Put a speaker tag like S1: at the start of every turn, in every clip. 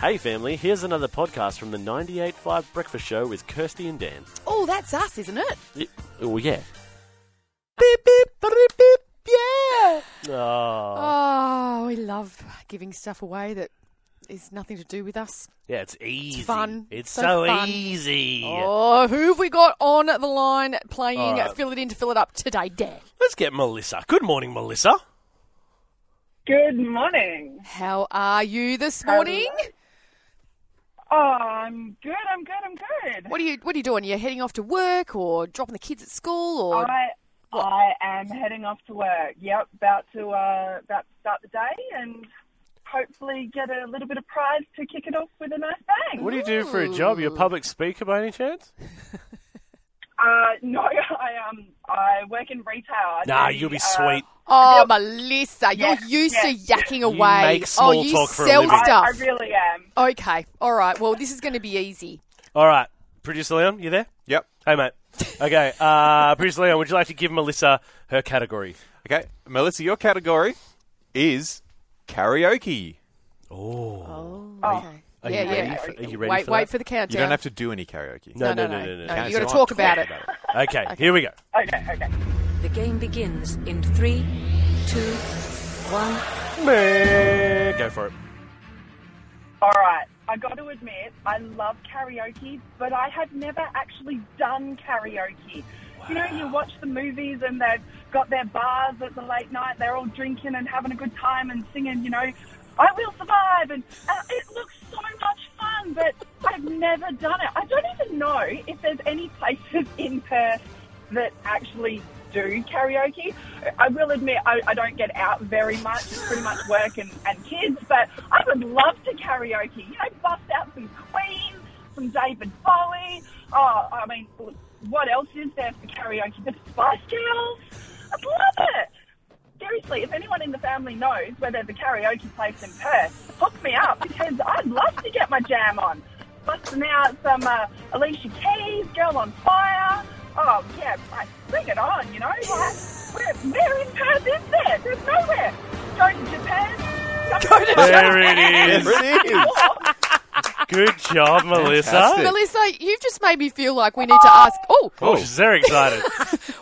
S1: Hey, family, here's another podcast from the 98.5 Breakfast Show with Kirsty and Dan.
S2: Oh, that's us, isn't it?
S1: Y- Oh, yeah.
S2: Beep, beep, beep, beep, yeah.
S1: Oh.
S2: Oh, we love giving stuff away that is nothing to do with us.
S1: Yeah, it's easy.
S2: fun.
S1: It's so,
S2: So fun.
S1: easy.
S2: Oh, who have we got on the line playing
S1: All right.
S2: Fill It In to Fill It Up today, Dan?
S1: Let's get Melissa. Good morning, Melissa.
S3: Good morning.
S2: How are you this morning?
S3: Oh, I'm good. I'm good. I'm good.
S2: What are you What are you doing? You're heading off to work, or dropping the kids at school, or
S3: I I am heading off to work. Yep, about to uh, about to start the day and hopefully get a little bit of prize to kick it off with a nice bang.
S1: What do you do for a job? You're a public speaker by any chance?
S3: Uh, no, I um I work in retail. I
S1: Nah,
S3: do,
S1: you'll be
S3: uh,
S1: sweet.
S2: oh, Melissa, you're
S3: Yes,
S2: used
S3: yes.
S2: to yakking
S1: You
S2: away.
S1: make small
S2: oh, you
S1: talk for a
S2: sell
S1: living.
S3: I,
S2: stuff.
S3: I really am.
S2: okay, all right. Well, this is going to be easy.
S1: All right. Producer Leon, you there?
S4: Yep.
S1: Hey, mate. Okay. Uh, Producer Leon, would you like to give Melissa her category?
S4: Okay, Melissa, your category is karaoke.
S1: Oh.
S2: Okay.
S1: Are
S2: yeah,
S1: you
S2: yeah.
S1: ready? For, are you ready
S2: wait,
S1: for
S2: wait
S1: that?
S2: for the countdown.
S4: You don't have to do any karaoke.
S1: No, no, no, no, no, no.
S2: You
S4: Cancel
S2: got to
S4: out.
S2: talk about it.
S1: Okay, here we go.
S3: Okay, okay.
S5: The game begins in three, two, one.
S1: Meh. Go for it.
S3: All right. I got to admit, I love karaoke, but I have never actually done karaoke. You know, you watch the movies and they've got their bars at the late night. They're all drinking and having a good time and singing. You know, I will survive, and uh, it looks so much fun. But I've never done it. I don't even know if there's any places in Perth that actually do karaoke. I will admit I, I don't get out very much, it's pretty much work and, and kids, but I would love to karaoke. You know, bust out some Queen, some David Bowie. Oh, I mean, what else is there for karaoke? The Spice Girls. I'd love it. Seriously, if anyone in the family knows where there's a karaoke place in Perth, hook me up because I'd love to get my jam on. Busting out some uh, Alicia Keys, Girl on Fire. Oh, yeah, like, bring it on, you know? Like, where, where in Perth is there? There's nowhere. Go to Japan. Go to
S1: There it is.
S4: There it is.
S1: Good job, Melissa.
S4: Fantastic.
S2: Melissa, you've just made me feel like we need to ask. Oh,
S1: Oh, she's very excited.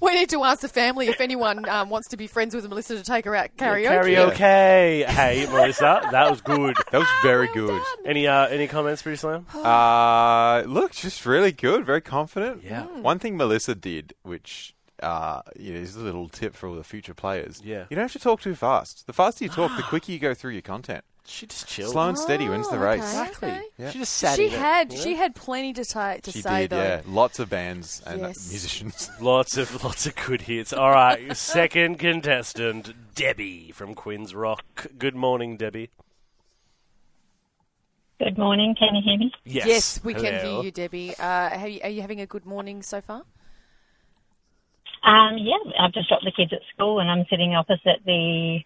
S2: we need to ask the family if anyone um, wants to be friends with Melissa to take her out karaoke.
S1: Karaoke. Hey, Melissa, that was good.
S4: That was very
S2: Oh
S4: good.
S1: Any uh, any comments, Bruce Lamb?
S4: Uh, look, just really good. Very confident.
S1: Yeah. Mm.
S4: One thing Melissa did, which uh, you know, is a little tip for all the future players.
S1: Yeah.
S4: You don't have to talk too fast. The faster you talk, the quicker you go through your content.
S1: She just chilled.
S4: Slow and steady wins
S2: Oh,
S4: the race.
S1: Exactly.
S4: Yeah.
S1: She just sat
S2: She
S1: in it,
S2: had
S1: you know?
S2: she had plenty to, ta- to
S4: She
S2: say
S4: did,
S2: though.
S4: yeah. Lots of bands and
S2: Yes.
S4: musicians.
S1: lots of lots of good hits. All right, second contestant, Debbie from Queens Rock. Good morning, Debbie.
S6: Good morning. Can you hear me?
S1: Yes,
S2: Yes, we can
S1: Hello.
S2: hear you, Debbie. Uh, have you, are you having a good morning so far?
S6: Um, yeah, I've just dropped the kids at school and I'm sitting opposite the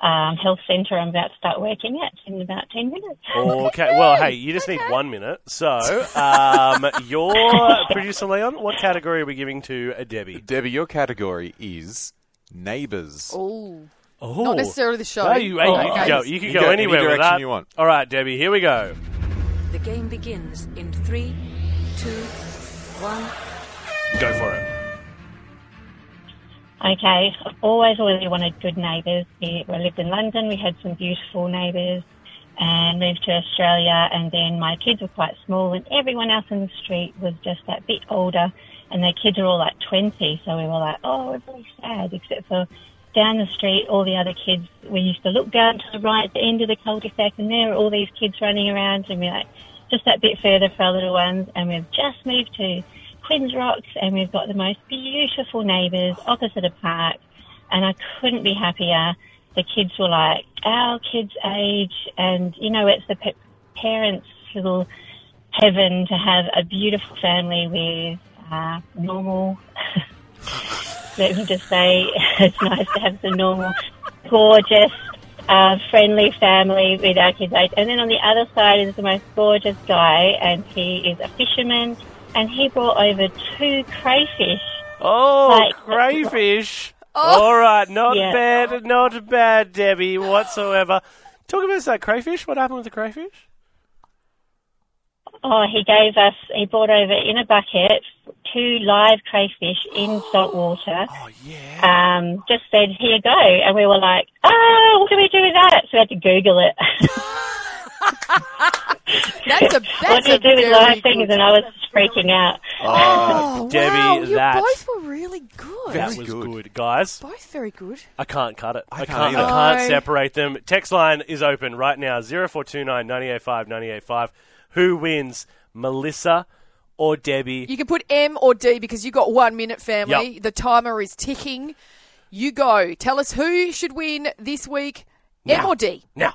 S6: um, health centre I'm about to start working at in about 10 minutes.
S1: Oh, Okay. Well, hey, you just need one minute. So, um, your producer Leon, what category are we giving to uh, Debbie?
S4: Debbie, your category is neighbours.
S2: Oh,
S1: Oh,
S2: not necessarily the show.
S1: No, you, hey,
S2: Oh,
S1: you can
S2: okay.
S1: go. You can
S4: You
S1: go,
S4: go any
S1: anywhere with
S4: direction
S1: that.
S4: you want.
S1: All right, Debbie. Here we go.
S5: The game begins in three, two, one.
S1: Go for it.
S6: Okay, I've always really wanted good neighbours. We, we lived in London, we had some beautiful neighbours and moved to Australia and then my kids were quite small and everyone else in the street was just that bit older and their kids are all like 20 so we were like, oh, we're really sad except for down the street all the other kids, we used to look down to the right at the end of the cul-de-sac and there are all these kids running around and we're like, just that bit further for our little ones and we've just moved to Quinns Rocks, and we've got the most beautiful neighbours opposite a park, and I couldn't be happier. The kids were like our kids' age, and you know, it's the pe- parents' little heaven to have a beautiful family with uh, normal. Let me just say, it's nice to have the normal, gorgeous, uh, friendly family with our kids' age. And then on the other side is the most gorgeous guy, and he is a fisherman, and he brought over two crayfish.
S1: Oh,
S6: Right. Oh,
S1: crayfish. All right, not
S6: Yeah.
S1: bad, not bad, Debbie whatsoever. Talk about that crayfish. What happened with the crayfish?
S6: Oh, he gave us, he brought over in a bucket two live crayfish in salt water.
S4: Oh yeah.
S6: Um, just said, here you go. And we were like, oh, what do we do with that? So we had to Google it.
S2: That's a
S6: what
S2: that's
S6: do you
S2: a
S6: do with
S2: very
S6: live
S2: good-
S6: things? And I was freaking out.
S2: Oh,
S1: Debbie,
S2: wow, you
S1: that-
S2: both were really good.
S4: Very
S1: That was
S4: good.
S1: good. guys.
S2: Both very good.
S1: I can't cut it. I,
S4: can't
S1: can't.
S4: either.
S1: I
S2: No.
S1: can't separate them. Text line is open right now. Zero four two nine ninety eight five ninety eight five. Who wins, Melissa or Debbie?
S2: You can put M or D because you got one minute, family.
S1: Yep.
S2: The timer is ticking. You go. Tell us who should win this week, M
S1: Now.
S2: or D.
S1: Now.